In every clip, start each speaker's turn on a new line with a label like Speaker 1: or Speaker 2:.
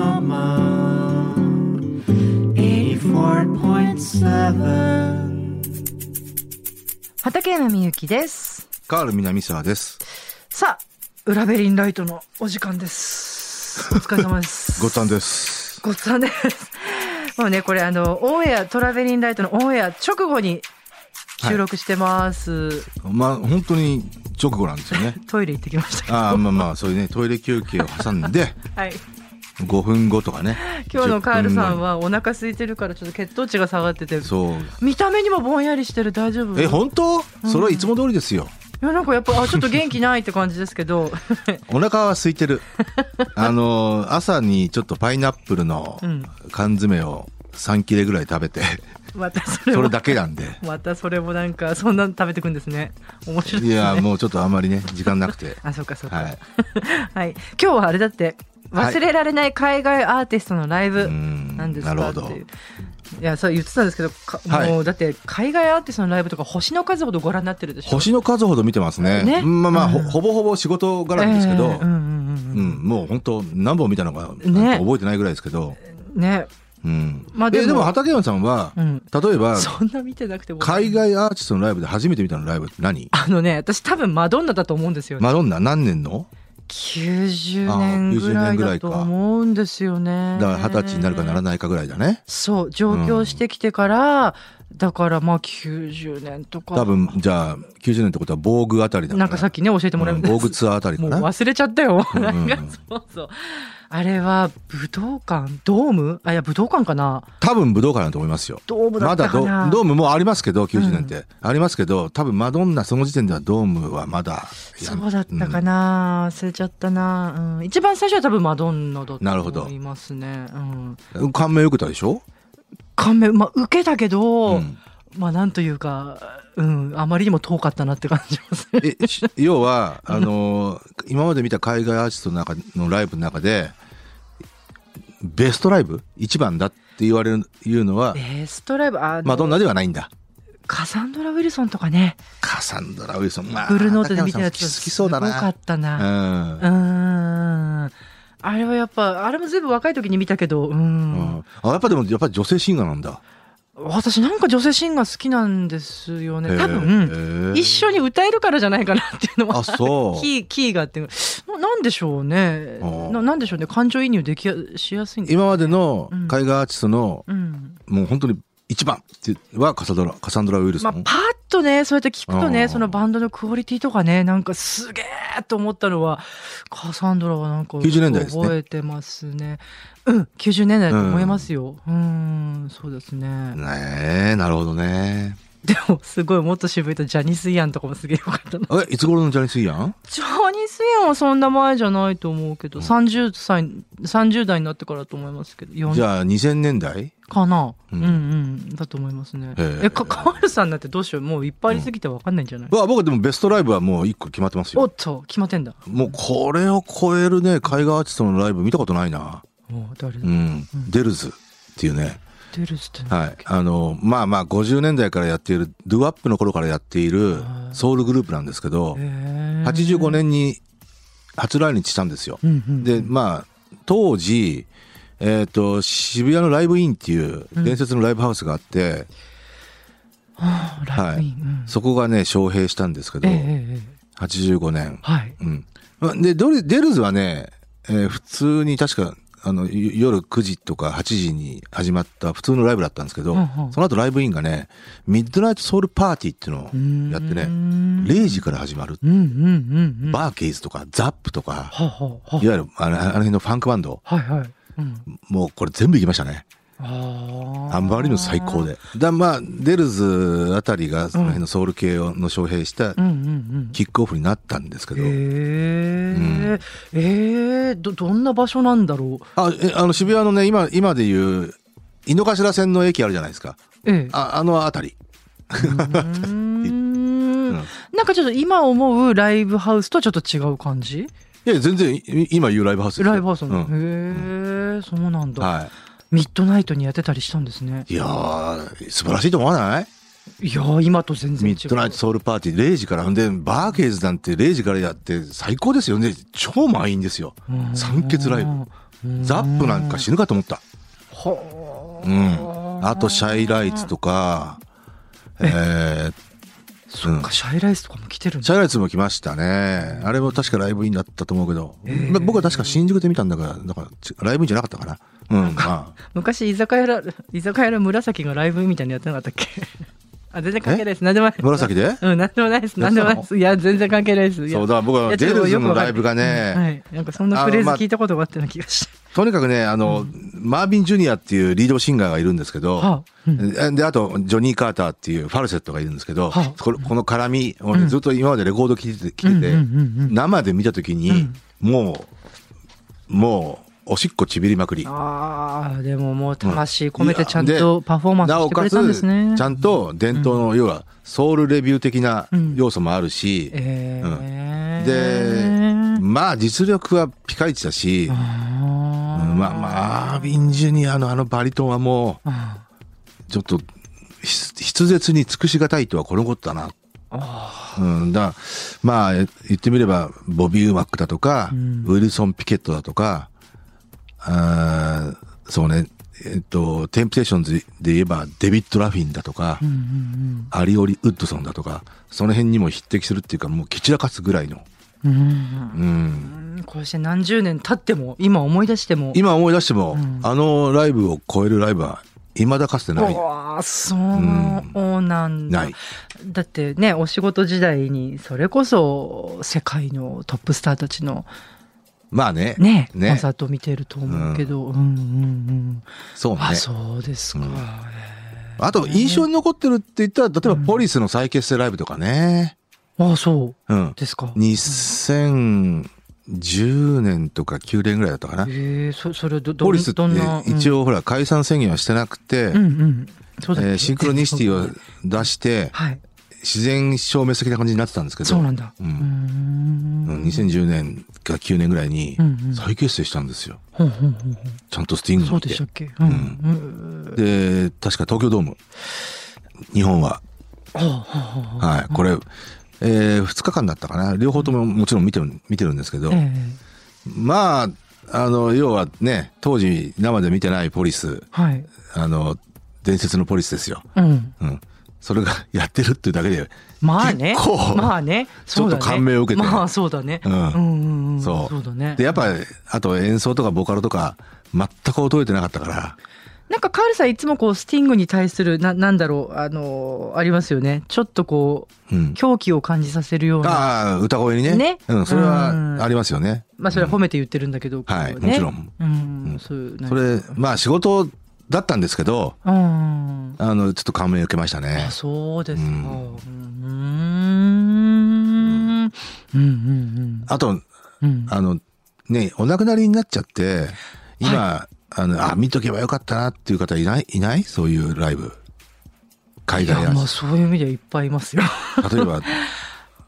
Speaker 1: Yokohama 84.7
Speaker 2: 畠山みゆきです
Speaker 3: カール南沢です。
Speaker 2: さあ裏ベリンライトのお時間ですお疲れ様です
Speaker 3: ごっつぁんです。
Speaker 2: ごっつぁんですもうねこれあのオンエアトラベリンライトのオンエア直後に収録してます、
Speaker 3: まあ、本当に直後なんで すよね。
Speaker 2: トイレ行ってきましたけど
Speaker 3: ああ、まあまあ、そういうね、トイレ休憩を挟んで、
Speaker 2: はい
Speaker 3: 5分後とかね。
Speaker 2: 今日のカールさんは
Speaker 3: は。
Speaker 2: お腹空いてるからちょっと血糖値が下がってて
Speaker 3: そう。
Speaker 2: 見た目にもぼんやりしてる大丈夫
Speaker 3: え、本当それはいつも通りですよ。
Speaker 2: いやなんかやっぱあちょっと元気ないって感じですけど
Speaker 3: お腹は空いてる。あのー、朝にちょっとパイナップルの
Speaker 2: うん
Speaker 3: 缶詰を3切れぐらい食 べて、
Speaker 2: またそれ
Speaker 3: そ
Speaker 2: も
Speaker 3: れだけなんで。
Speaker 2: またそれもなんかそんなの食べてくんですね面白い
Speaker 3: い
Speaker 2: ですね
Speaker 3: や、もうちょっとあんまりね、時間なく て。
Speaker 2: あそうかそうか
Speaker 3: はい。
Speaker 2: はい、今日はあれだって
Speaker 3: はい
Speaker 2: 忘れられない海外アーティストのライ
Speaker 3: う
Speaker 2: ブ
Speaker 3: ん
Speaker 2: なんです
Speaker 3: なる
Speaker 2: か
Speaker 3: ほ
Speaker 2: って
Speaker 3: ど。
Speaker 2: いう。いやそう言ってたんですけど、か
Speaker 3: はい
Speaker 2: もうだって海外アーティストのライブとか星の数ほどご覧になってるでしょ。
Speaker 3: 星の数ほど見てますね。
Speaker 2: ね
Speaker 3: まあまあ、ほ
Speaker 2: うん
Speaker 3: ほぼほぼ仕事柄なんですけど、
Speaker 2: ええうんうん
Speaker 3: うん、もう本当何本見たのか
Speaker 2: ね
Speaker 3: なんか覚えてないぐらいですけど、
Speaker 2: うん、ね、
Speaker 3: うん
Speaker 2: まあで
Speaker 3: で
Speaker 2: も
Speaker 3: えでも畠山さんは、
Speaker 2: うん、
Speaker 3: 例えば
Speaker 2: そんな見てなくても
Speaker 3: 海外アーティストのライブで初めて見たのライブって何
Speaker 2: あのね私多分マドンナだと思うんですよ、ね
Speaker 3: マドンナ何年の
Speaker 2: 90
Speaker 3: あ
Speaker 2: 年ぐらい
Speaker 3: 90年ぐら
Speaker 2: だ
Speaker 3: いか
Speaker 2: と思うんですよね
Speaker 3: だから二十歳になるかならないかぐらいだね
Speaker 2: そう上京してきてから、だからまあ90年とか
Speaker 3: 多分じゃあ90年ってことは防具あたりだ
Speaker 2: なんかさっきね教えてもらいました
Speaker 3: 防具ツアーあたりか
Speaker 2: もう
Speaker 3: な
Speaker 2: 忘れちゃったよ。
Speaker 3: うん
Speaker 2: なんかそうそう。あれは武道館ドームあいや武道館かな
Speaker 3: 多分武道館だと思いますよ
Speaker 2: ドームだ
Speaker 3: ま
Speaker 2: った
Speaker 3: だ
Speaker 2: か
Speaker 3: ド
Speaker 2: な。
Speaker 3: ドームもありますけど90年って、ありますけど多分マドンナその時点ではドームはまだやん
Speaker 2: そうだったかな、忘れちゃったな、うん、一番最初は多分マドンナだと
Speaker 3: なるほど
Speaker 2: 思いますね、うん、
Speaker 3: うん感銘を受けたでしょ、
Speaker 2: 感銘まあ受けたけど、
Speaker 3: うん
Speaker 2: まあなんというか、うん、あまりにも遠かったなって感じ ますね
Speaker 3: え し要はあのー今まで見た海外アーティストの中のライブの中でベストライブ一番だって言われるいうのは
Speaker 2: ベストライブあの
Speaker 3: マドンナではないんだ
Speaker 2: カサンドラ・ウィルソンとかね
Speaker 3: カサンドラ・ウィルソンまあ
Speaker 2: ブルーノートで見たやつ
Speaker 3: 高山さん好き好きそうだ
Speaker 2: すごか
Speaker 3: な
Speaker 2: ったな、
Speaker 3: うん
Speaker 2: う、ーんあれはやっぱ、あれも全部若い時に見たけど、うー
Speaker 3: うん
Speaker 2: ん。
Speaker 3: あやっぱでもやっぱり女性シンガーなんだ
Speaker 2: 私なんか女性シンガー好きなんですよね。多分、
Speaker 3: 分
Speaker 2: 一緒に歌えるからじゃないかなっていうのも
Speaker 3: あそ う
Speaker 2: キー、キーがあって、ななんでしょうね。
Speaker 3: あー
Speaker 2: ななんでしょうね。感情移入できやしやすいんで
Speaker 3: 今までの海外アーティストの、
Speaker 2: うん。
Speaker 3: もう本当に一番ってはカサドラカサンドラ・ウィルソ
Speaker 2: まあ、
Speaker 3: ン、
Speaker 2: パッとね、そうやって聞くと
Speaker 3: う
Speaker 2: ね、
Speaker 3: ん
Speaker 2: そのバンドのクオリティとかね、なんかすげえと思ったのは、カサンドラはなんか
Speaker 3: 90年代ですね
Speaker 2: 覚えてますね。うん、90年代だと思いますよ。うーん、そうですね。
Speaker 3: ねえなるほどね
Speaker 2: でもすごいもっと渋いとジャニス・イアンとかもすげえよかったな
Speaker 3: えいつ頃のジャニス・イアン
Speaker 2: ジャニス・イアンはそんな前じゃないと思うけど、30歳30代になってからだと思いますけど
Speaker 3: じ
Speaker 2: 40
Speaker 3: ゃあ2000年代
Speaker 2: かな、う、
Speaker 3: うんん
Speaker 2: うんだと思いますね
Speaker 3: へえ
Speaker 2: えかカールさんなんてどうしようもういっぱいありすぎてわかんないんじゃない、
Speaker 3: わ僕はでもベストライブはもう一個決まってます
Speaker 2: お
Speaker 3: よ
Speaker 2: っと決まってんだ
Speaker 3: もうこれを超えるね海外アーティストのライブ見たことないな
Speaker 2: もう誰だ、
Speaker 3: うん、デルズっていうね
Speaker 2: デルスってなんだ
Speaker 3: は
Speaker 2: っ
Speaker 3: い
Speaker 2: け、
Speaker 3: あのまあまあ50年代からやっているドゥアップの頃からやっている
Speaker 2: はい
Speaker 3: ソウルグループなんですけど
Speaker 2: へえ
Speaker 3: 85年に初来日したんですよ
Speaker 2: うんうん
Speaker 3: でまあ当時えっ、と渋谷のライブインっていう伝説のライブハウスがあって、
Speaker 2: あーライブイン、うん
Speaker 3: そこがね招聘したんですけど、
Speaker 2: ええええええ
Speaker 3: 85年
Speaker 2: はい
Speaker 3: うん。まあで、ドルデルズはね、えー普通に確か、あの、よ夜9時とか8時に始まった普通のライブだったんですけど、
Speaker 2: うんうん
Speaker 3: その後ライブインがね、ミッドナイトソウルパーティーっていう
Speaker 2: うー
Speaker 3: の
Speaker 2: ん
Speaker 3: をやってね、0時から始まる。
Speaker 2: うんうんうんうんは
Speaker 3: バーケイズとか、ザップとか、
Speaker 2: あはあはい
Speaker 3: わゆるあのあの辺のファンクバンド、
Speaker 2: あはいはい、うん
Speaker 3: もうこれ全部行きましたね。
Speaker 2: あー
Speaker 3: あまりにも最高。で。だまあ、デルズあたりがその辺のソウル系をの招聘した
Speaker 2: うんうん
Speaker 3: キックオフになったんですけ
Speaker 2: うん。
Speaker 3: ど、
Speaker 2: へえ、ええど、どんな場所なんだろう。
Speaker 3: あえあの渋谷のね今今でいう井の頭線の駅あるじゃないですか
Speaker 2: ええ。
Speaker 3: ああの辺り
Speaker 2: うーん
Speaker 3: うん
Speaker 2: なんかちょっと今思うライブハウスとはちょっと違う感じ
Speaker 3: いや全然い今言うライブハウスですよ
Speaker 2: ライブハウス
Speaker 3: う
Speaker 2: の。
Speaker 3: ん
Speaker 2: へえ、そうなんだ、
Speaker 3: は
Speaker 2: ミッドナイトにやってたりしたんですね。
Speaker 3: い、いやー素晴らしいと思わない
Speaker 2: いやー、今と全然違う。
Speaker 3: ミッドナイトソウルパーティー0時からほんでバーケーズなんて0時からやって最高ですよね超満員ですよ
Speaker 2: うん
Speaker 3: 酸欠ライブザップなんか死ぬかと思った。
Speaker 2: ほ
Speaker 3: うん。あと、シャイライツとか、えー、そ
Speaker 2: なんかシャイライスとかも来てるん
Speaker 3: シ
Speaker 2: だ。
Speaker 3: ャイライツも来ましたね。あれも確かライブインだったと思うけど、ま僕は確か新宿で見たんだから、だからちライブインじゃなかったかな。 うん、まあ。
Speaker 2: 昔居酒屋ら 居酒屋の紫がライブみたいにやってなかったっけ？ あ全然関係ないです。何でもないです。
Speaker 3: 紫で
Speaker 2: うん何でもないです。
Speaker 3: やっ
Speaker 2: 何で
Speaker 3: てた
Speaker 2: もな
Speaker 3: の
Speaker 2: いです。いや全然関係ないです。いや
Speaker 3: そうだ、僕
Speaker 2: い
Speaker 3: は
Speaker 2: やち
Speaker 3: デ
Speaker 2: ょっ
Speaker 3: ル
Speaker 2: と
Speaker 3: ズ
Speaker 2: よく
Speaker 3: の
Speaker 2: わかん
Speaker 3: ライブがね、
Speaker 2: はい。なんかそんなフレーズ聞いたことがあったような気が して。
Speaker 3: とにかくね、あの、マービン・ジュニアっていうリードシンガーがいるんですけど、
Speaker 2: はあ
Speaker 3: えで、あと、ジョニー・カーターっていうファルセットがいるんですけど、
Speaker 2: はあ
Speaker 3: これこの絡み、俺ずっと今までレコード聴いてて、聞いて
Speaker 2: うんうんうん
Speaker 3: て
Speaker 2: うん
Speaker 3: 生で見たときに、もう、もう、おしっこちびりまくり。
Speaker 2: ああでももう魂込めてちゃんとパフォーマンス
Speaker 3: な
Speaker 2: し
Speaker 3: お
Speaker 2: てく
Speaker 3: か
Speaker 2: れ
Speaker 3: つ
Speaker 2: たんですね。
Speaker 3: ちゃんと伝統の、要は、ソウルレビュー的な要素もあるし、
Speaker 2: えー
Speaker 3: で、まあ、実力はピカイチだし、
Speaker 2: あ
Speaker 3: うんまあ、マービン・ジュニアのあのバリトンはもう、
Speaker 2: ーあ
Speaker 3: ちょっとひ筆舌に尽くしがたいとはこのことだな。うん、だまあえ言ってみればボビー・ウマックだとか、ウィルソン・ピケットだとかあーそうねえっとテンプテーションズで言えばデビッド・ラフィンだとか、
Speaker 2: ーうんうん
Speaker 3: アリオリ・ウッドソンだとかその辺にも匹敵するっていうかもう蹴散らかすぐらいの、
Speaker 2: うんうん
Speaker 3: うん、
Speaker 2: うんこうして何十年経っても今思い出しても
Speaker 3: 今思い出しても、あのライブを超えるライブはいまだかつてない。
Speaker 2: ああそうなんだ、
Speaker 3: ない
Speaker 2: だってねお仕事時代にそれこそ世界のトップスターたちの
Speaker 3: まあね。
Speaker 2: ね
Speaker 3: ね
Speaker 2: コンサート見てると思うけど、うん、うんうん
Speaker 3: そうね。
Speaker 2: あそうですか、
Speaker 3: うんあと印象に残ってるって言ったら、例えばポリスの再結成ライブとかね。
Speaker 2: あそう
Speaker 3: うん。
Speaker 2: ですか
Speaker 3: 2010年とか9年ぐらいだったかな。
Speaker 2: ええそそれどどん
Speaker 3: ポリスって
Speaker 2: どんな
Speaker 3: 一
Speaker 2: 応、
Speaker 3: 応ほら解散宣言はしてなくて、
Speaker 2: うんうん、そうだっけ
Speaker 3: えーシンクロニシティを出して、
Speaker 2: はい
Speaker 3: 自然消滅的な感じになってたんですけど、
Speaker 2: そうなんだ
Speaker 3: う
Speaker 2: うんん
Speaker 3: うん2010年か9年ぐらいに
Speaker 2: うんうん
Speaker 3: 再結成したんですよ。
Speaker 2: ほんほんほんほん
Speaker 3: ちゃんとスティング
Speaker 2: そ
Speaker 3: も
Speaker 2: う
Speaker 3: いて
Speaker 2: でしたっけうん、うん、
Speaker 3: で、確か東京ドーム。日本は。はい。これ、えー、2日間だったかな。両方とももちろん見てる、見てるんですけど、
Speaker 2: え
Speaker 3: まあ、あの、要はね、当時生で見てないポリス、
Speaker 2: えはい
Speaker 3: あの、伝説のポリスですよ。
Speaker 2: うん
Speaker 3: うん。それがやってるっていうだけで、
Speaker 2: まあね
Speaker 3: 結構
Speaker 2: まあね
Speaker 3: ちょっと感銘を受けて
Speaker 2: そうだねまあそうだね
Speaker 3: うん
Speaker 2: うんうんうん
Speaker 3: そう
Speaker 2: そうだね
Speaker 3: で、やっぱ、あと演奏とかボカロとか、全く衰えてなかったから、
Speaker 2: なんかカールさんいつもこうスティングに対するななんだろうあのーありますよねちょっとこう
Speaker 3: うん。
Speaker 2: 狂気を感じさせるような
Speaker 3: ああ、歌声にね。
Speaker 2: ね
Speaker 3: うん、それ
Speaker 2: うん
Speaker 3: はありますよね。
Speaker 2: まあそれは褒めて言ってるんだけど、こう
Speaker 3: はい
Speaker 2: ね
Speaker 3: もちろん
Speaker 2: うん、
Speaker 3: うん
Speaker 2: そういうなんか
Speaker 3: それ、まあ仕事だったんですけど、
Speaker 2: うん
Speaker 3: あの、ちょっと感銘を受けましたね
Speaker 2: あ。そうですか。う
Speaker 3: うんん、
Speaker 2: うん、うん、うん、
Speaker 3: あと、
Speaker 2: うん。
Speaker 3: あの、ね、お亡くなりになっちゃって、今、あの、あ、見とけばよかったなっていう方いないいないそういうライブ。海
Speaker 2: いや
Speaker 3: 外や、
Speaker 2: まあそういう意味ではいっぱいいますよ。
Speaker 3: 例えば、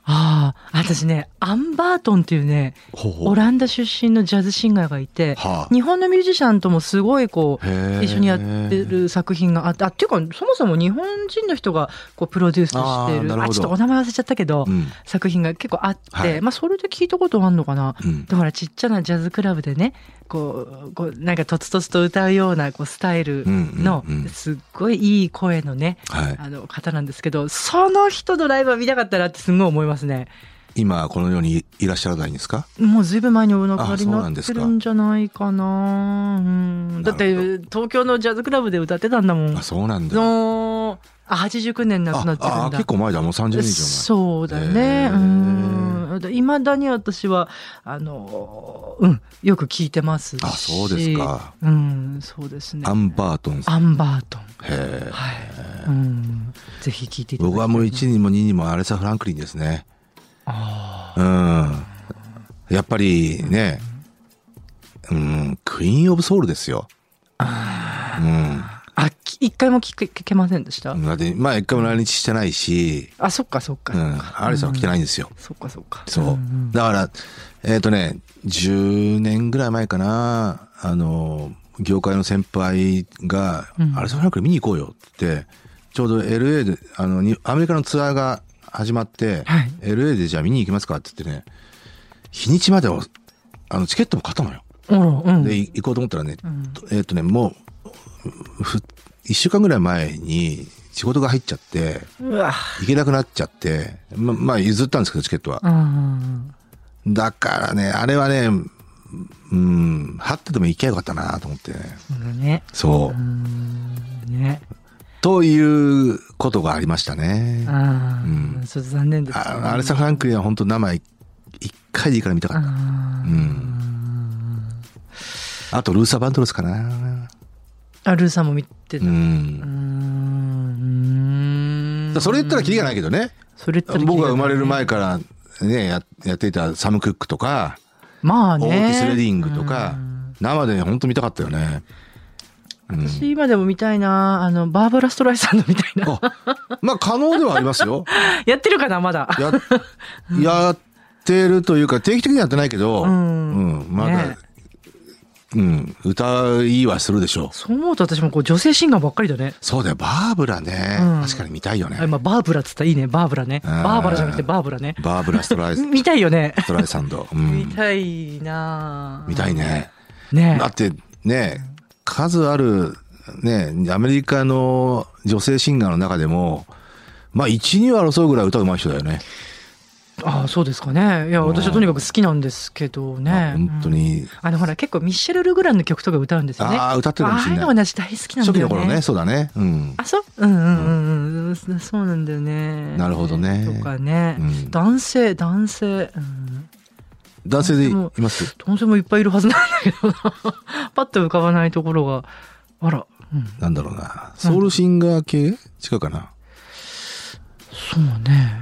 Speaker 2: ああ、私ね、アンバートンっていうね、
Speaker 3: ほうほ
Speaker 2: オランダ出身のジャズシンガーがいて、
Speaker 3: はあ
Speaker 2: 日本のミュージシャンともすごいこう
Speaker 3: へー
Speaker 2: 一緒にやってる作品があってあっていうかそもそも日本人の人がこうプロデュースして
Speaker 3: あー
Speaker 2: る
Speaker 3: なるほ
Speaker 2: あ
Speaker 3: ど
Speaker 2: ちょっとお名前忘れちゃったけど、
Speaker 3: うん
Speaker 2: 作品が結構あって、
Speaker 3: はい
Speaker 2: まあそれで聞いたことあんのかな、
Speaker 3: うん
Speaker 2: だからちっちゃなジャズクラブでねこうこうなんかとつとつと歌うようなこうスタイルの
Speaker 3: うんうんうん
Speaker 2: すっごいいい声のね、
Speaker 3: はい
Speaker 2: あの方なんですけどその人のライブは見たかったなってすごい思いますね。
Speaker 3: 今、この世にいらっしゃらないんですか
Speaker 2: もうずいぶん前にお亡くなりに
Speaker 3: あそう
Speaker 2: な
Speaker 3: なん
Speaker 2: っ
Speaker 3: で
Speaker 2: て
Speaker 3: すか
Speaker 2: るんじゃないかなうんだって
Speaker 3: な
Speaker 2: 東京のジャズクラブで歌ってたんだもん
Speaker 3: あ、そうなんだ。
Speaker 2: のあ89年亡くな
Speaker 3: あ
Speaker 2: ってるんだ
Speaker 3: あ、結構前だ。もう30年以上
Speaker 2: そうだね
Speaker 3: へー
Speaker 2: うんいまだに私はあのうんよく聞いてますし
Speaker 3: あそうですか
Speaker 2: うんそうですね
Speaker 3: 前。アンバートンさん。
Speaker 2: アンバートン
Speaker 3: へえ。
Speaker 2: はいうんぜひ聞いていただき
Speaker 3: 僕
Speaker 2: たい
Speaker 3: はもう1にも2にもアレサ・フランクリンですね。うん。やっぱりね、うん、クイーン・オブ・ソウルですよ。うん。
Speaker 2: あき一回も聞け聞けませんでした
Speaker 3: だって、まあ、一回も来日してないし、
Speaker 2: あそっかそっか
Speaker 3: う
Speaker 2: そっ
Speaker 3: ん、
Speaker 2: か
Speaker 3: アリさんは来てないんですよ。
Speaker 2: そっかそっか
Speaker 3: そう。だから、えっ、とね、10年ぐらい前かな、あの、業界の先輩が、アリソン・フランクリン見に行こうよって、ちょうど LA で、あの、にアメリカのツアーが始まって、
Speaker 2: はい
Speaker 3: LA でじゃあ見に行きますかって言ってね、日にちまでを、あの、チケットも買ったのよ。
Speaker 2: あらうん
Speaker 3: でい行こうと思ったら
Speaker 2: ん
Speaker 3: ね、えーっとねもうふ1週間ぐらい前に仕事が入っちゃって
Speaker 2: うわ
Speaker 3: 行けなくなっちゃってままあ譲ったんですけどチケットは
Speaker 2: う、ん
Speaker 3: だからねあれはねうん張ってでも行きゃよかったなと思ってね
Speaker 2: そうだね
Speaker 3: そう、
Speaker 2: うんね
Speaker 3: ということがありましたね
Speaker 2: あ
Speaker 3: う
Speaker 2: あちょっと残念ですね
Speaker 3: あアレサ・フランクリンは本当生一回でいいから見たかった
Speaker 2: あー
Speaker 3: あとルーサ・バントロスかな
Speaker 2: あルーさんも見て
Speaker 3: う
Speaker 2: たうんんうーん
Speaker 3: それ言ったらキリがないけどね
Speaker 2: それ言ったらキリ
Speaker 3: 僕が
Speaker 2: ない
Speaker 3: 生まれる前からねややっていたサム・クックとか
Speaker 2: まあ
Speaker 3: オ
Speaker 2: ね
Speaker 3: ーティス・レディングとか
Speaker 2: うん
Speaker 3: 生で本当見たかった よねうん
Speaker 2: 私今でも見たいなあのバーバラ・ストライさんのみたいな
Speaker 3: あまあ可能ではありますよ
Speaker 2: やってるかなまだ
Speaker 3: ややってるというか定期的にはやってないけど、
Speaker 2: うん
Speaker 3: うんまだ、
Speaker 2: ね
Speaker 3: うん、歌いはするでしょう
Speaker 2: そう思うと私もこう女性シンガーばっかりだね
Speaker 3: そうだよバーブラね、
Speaker 2: うん
Speaker 3: 確かに見たいよね
Speaker 2: あ今バーブラっつったらいいねバーブラね
Speaker 3: うん
Speaker 2: バーバラじゃなくてバーブラね
Speaker 3: バーブラス トライス
Speaker 2: 見たいよね
Speaker 3: トライサンド、うん
Speaker 2: 見たいなあ
Speaker 3: 見たいね
Speaker 2: ね
Speaker 3: だってね数あるねアメリカの女性シンガーの中でもまあ12を争うぐらい歌うまい人だよね
Speaker 2: ああそうですかねいや私はとにかく好きなんですけどね
Speaker 3: 本当
Speaker 2: うん
Speaker 3: に、
Speaker 2: あのほら結構ミッシェル・ルグランの曲とか歌うんですよね
Speaker 3: ああ歌ってるかも
Speaker 2: あ
Speaker 3: し
Speaker 2: あい
Speaker 3: れ
Speaker 2: うの
Speaker 3: ない
Speaker 2: 私大好きなんだよね
Speaker 3: 初期の頃ねそうだねうん
Speaker 2: あ、そううんうんうんうん。そそうなんだよね。
Speaker 3: なるほどね
Speaker 2: とかね。
Speaker 3: うん
Speaker 2: 男性、男性、うん。
Speaker 3: 男性でいます
Speaker 2: 男性もいっぱいいるはずなんだけどな。 パッと浮かばないところが。あら、うん。
Speaker 3: なんだろうなソウルシンガー系違うかな
Speaker 2: そうね。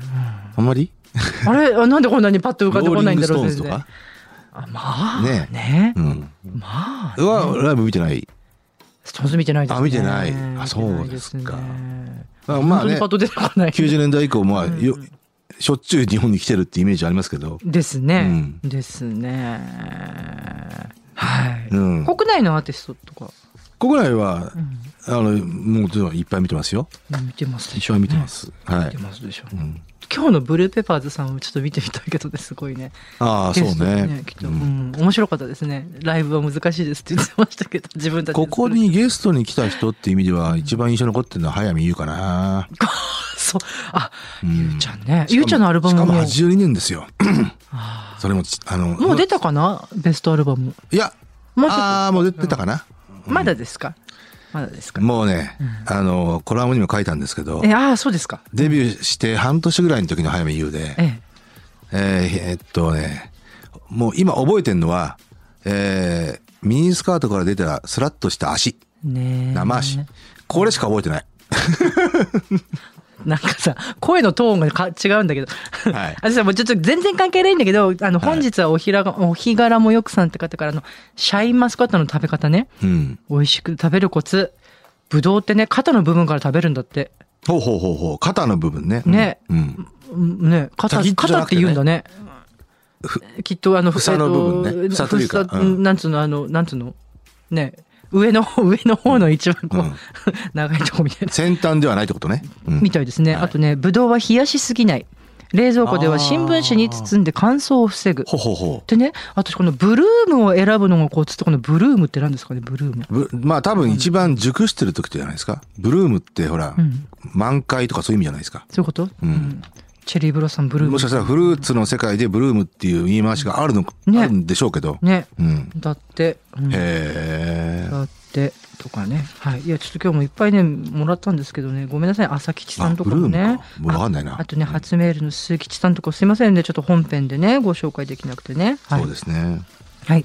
Speaker 3: あんまり
Speaker 2: うん、あれあなんでこんなにパッと浮か
Speaker 3: ロ
Speaker 2: んでこ
Speaker 3: ー
Speaker 2: な
Speaker 3: リ
Speaker 2: い
Speaker 3: ン
Speaker 2: んだ
Speaker 3: グス
Speaker 2: ろう
Speaker 3: トーンズと
Speaker 2: 全然
Speaker 3: か
Speaker 2: あまあね
Speaker 3: ねうん
Speaker 2: まあ、
Speaker 3: うわライブ見てない
Speaker 2: ストーンズ見てないですね。
Speaker 3: あ見てないあ
Speaker 2: 見てな
Speaker 3: そう
Speaker 2: い
Speaker 3: です
Speaker 2: ね
Speaker 3: かあ
Speaker 2: 本
Speaker 3: まあ
Speaker 2: 当に
Speaker 3: ね
Speaker 2: パッと出てこない。
Speaker 3: 90年代以降まあよしょっちゅう日本に来てるってイメージありますけど
Speaker 2: ですね、
Speaker 3: うん
Speaker 2: ですねはい、
Speaker 3: うん
Speaker 2: 国内のアーティストとか、
Speaker 3: 国内は
Speaker 2: うん
Speaker 3: あのもちろんいっぱい見てますよ
Speaker 2: 見てますで
Speaker 3: 一
Speaker 2: しょ
Speaker 3: 緒に見てますは
Speaker 2: 見
Speaker 3: い
Speaker 2: てますでしょ、
Speaker 3: うん
Speaker 2: 今日のブルーペパーズさんをちょっと見てみたいけどねすごいね
Speaker 3: ああそう
Speaker 2: ゲストで
Speaker 3: ね
Speaker 2: きっ
Speaker 3: う
Speaker 2: と、うんん面白かったですねライブは難しいですって言ってましたけど自分たちで
Speaker 3: ここにゲストに来た人っていう意味では一番印象に残ってるのは早見優かな
Speaker 2: そうあ、
Speaker 3: うん
Speaker 2: ゆうちゃんねゆうちゃんのアルバム
Speaker 3: しか
Speaker 2: も
Speaker 3: も82年ですよ
Speaker 2: あ
Speaker 3: それもちあの
Speaker 2: ーもう出たかなベストアルバム
Speaker 3: いや
Speaker 2: もうちょっと
Speaker 3: ああもう出てたかな
Speaker 2: まだですかまだですか
Speaker 3: もうねあのコラムにも書いたんですけど
Speaker 2: えああそうですか
Speaker 3: デビューして半年ぐらいの時の早見優で
Speaker 2: え
Speaker 3: えーえっとね、もう今覚えてんのは、えーミニスカートから出たスラッとした足、
Speaker 2: えねえ
Speaker 3: 生足。これしか覚えてない。
Speaker 2: なんかさ、声のトーンがか違うんだけど。
Speaker 3: はい
Speaker 2: あさ、もうちょっと全然関係ないんだけど、あの、
Speaker 3: はい
Speaker 2: 本日はおひらが、お日柄もよくさんって方からの、シャインマスカットの食べ方ね。
Speaker 3: うん。
Speaker 2: 美味しく食べるコツ。ぶどうってね、肩の部分から食べるんだって。
Speaker 3: ほうほうほうほう。肩の部分ね。うん
Speaker 2: ね
Speaker 3: うん。
Speaker 2: うんね、肩、
Speaker 3: 先っちょじ
Speaker 2: 肩
Speaker 3: ゃな
Speaker 2: っ
Speaker 3: く
Speaker 2: て
Speaker 3: てね
Speaker 2: 言うんだね。きっとあの、
Speaker 3: 房の部分ね
Speaker 2: えっ
Speaker 3: 房というか
Speaker 2: 房
Speaker 3: うん
Speaker 2: なんつうの、あの、なんつうの。ね、上の 方、上の方の一番こう、
Speaker 3: うん
Speaker 2: 長いとこみたいな。
Speaker 3: 先端ではないってことね。うん
Speaker 2: みたいですね。
Speaker 3: はい
Speaker 2: あとね、ぶどうは冷やしすぎない。冷蔵庫では新聞紙に包んで乾燥を防ぐ。
Speaker 3: ほうほうほ
Speaker 2: でね、私このブルームを選ぶのがコツって、このブルームって何ですかね、ブルーム。
Speaker 3: う。ぶまあ多分一番熟してる時じゃないですか。ブルームってほら、
Speaker 2: うん
Speaker 3: 満開とかそういう意味じゃないですか。
Speaker 2: そういうこと、うんチェリーブロッサムブルーム。
Speaker 3: もしかしたらフルーツの世界でブルームっていう言い回しがあるの、
Speaker 2: ね
Speaker 3: あるんでしょうけど。
Speaker 2: ね。
Speaker 3: うん。
Speaker 2: だって、うん
Speaker 3: へえ。
Speaker 2: だって、とかね。はい。いや、ちょっと今日もいっぱいね、もらったんですけどね、ごめんなさい、朝吉さんとかも
Speaker 3: あブルーム
Speaker 2: ね
Speaker 3: か。もうわかんないな
Speaker 2: ああとね、初メールの鈴吉さんとかすいませんね、ちょっと本編でね、ご紹介できなくてね。はい
Speaker 3: そうですね。
Speaker 2: はい。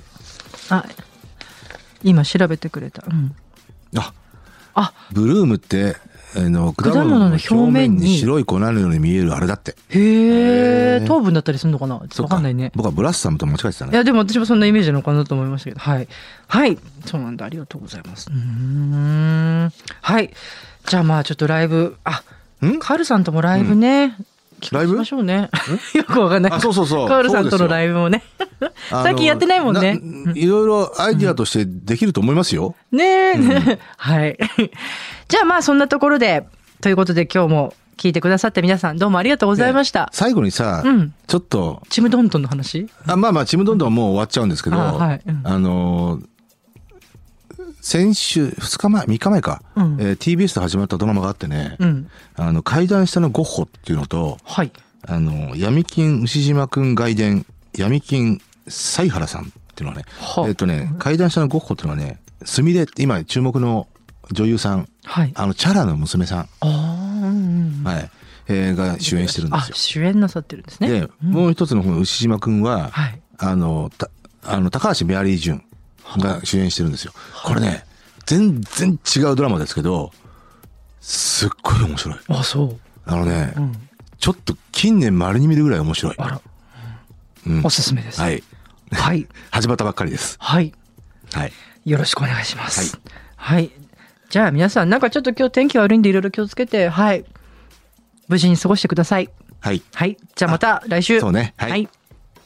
Speaker 2: あ、今調べてくれた。うん。
Speaker 3: あ、
Speaker 2: あ、
Speaker 3: ブルームって、あの果
Speaker 2: 物の
Speaker 3: 物の表
Speaker 2: 表面
Speaker 3: 面
Speaker 2: に
Speaker 3: に白い粉のように見えるあれだって。
Speaker 2: へえ。
Speaker 3: へー
Speaker 2: 糖分だったりするのかな。ちょっとわかんないね。
Speaker 3: 僕はブラッサムと間違えてた
Speaker 2: い
Speaker 3: ね。
Speaker 2: やでも私もそんなイメージなのかなと思いましたけどはいはいそうなんだありがとうございますうーんはいじゃあまあちょっとライブあ
Speaker 3: ん
Speaker 2: カールさんともライブね、
Speaker 3: ライブ
Speaker 2: しましょうね よくわかんない
Speaker 3: あそうそうそう
Speaker 2: カールさんとのライブもね
Speaker 3: あ の
Speaker 2: 最近やってないもんね
Speaker 3: なうんいろいろアイディアとしてできると思いますよ。
Speaker 2: ねえ、はいじゃあまあそんなところでということで今日も聞いてくださった皆さんどうもありがとうございました。
Speaker 3: 最後にさ、
Speaker 2: うん
Speaker 3: ちょっと
Speaker 2: ちむどんどんの話
Speaker 3: あまあまあ、ちむどんどんはもう終わっちゃうんですけど、
Speaker 2: あ
Speaker 3: あ,、
Speaker 2: はいうん
Speaker 3: のー先週、2日前、3日前か、
Speaker 2: うん
Speaker 3: えー TBS で始まったドラマがあってね、
Speaker 2: うん。
Speaker 3: あの、階段下のゴッホっていうのと、
Speaker 2: はい。
Speaker 3: あの、闇金牛島くん外伝、闇金西原さんっていうのはね、
Speaker 2: は
Speaker 3: えっとね、階段下のゴッホっていうのはね、すみれ、今注目の女優さん、
Speaker 2: はい。あ
Speaker 3: あの、チャラの娘さん、
Speaker 2: あー、うんうんうん。
Speaker 3: はい、えーが主演してるんで
Speaker 2: あ
Speaker 3: す、よ。
Speaker 2: 主演なさってるんですね。
Speaker 3: で、もう一つのこの牛島くんは、
Speaker 2: はい。
Speaker 3: あの、たあの、高橋メアリージュンが主演してるんですよ。これね、全然違うドラマですけど、すっごい面白い。
Speaker 2: あ、そう。
Speaker 3: あのね、
Speaker 2: うん。
Speaker 3: ちょっと近年稀に見るぐらい面白い。
Speaker 2: あら、
Speaker 3: うん
Speaker 2: おすすめです。。
Speaker 3: はい い。
Speaker 2: はい。
Speaker 3: 始まったばっかりです。
Speaker 2: はい。
Speaker 3: はい。
Speaker 2: よろしくお願いします。はい。じゃあ皆さん、なんかちょっと今日天気悪いんでいろいろ気をつけて、はい。無事に過ごしてください。
Speaker 3: はい。
Speaker 2: はい。じゃあまた来週。
Speaker 3: そうねは
Speaker 2: はいい。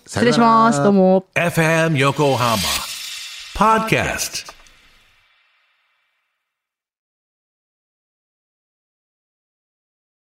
Speaker 2: 失礼します。どうも。
Speaker 1: FM Yokohama Podcast.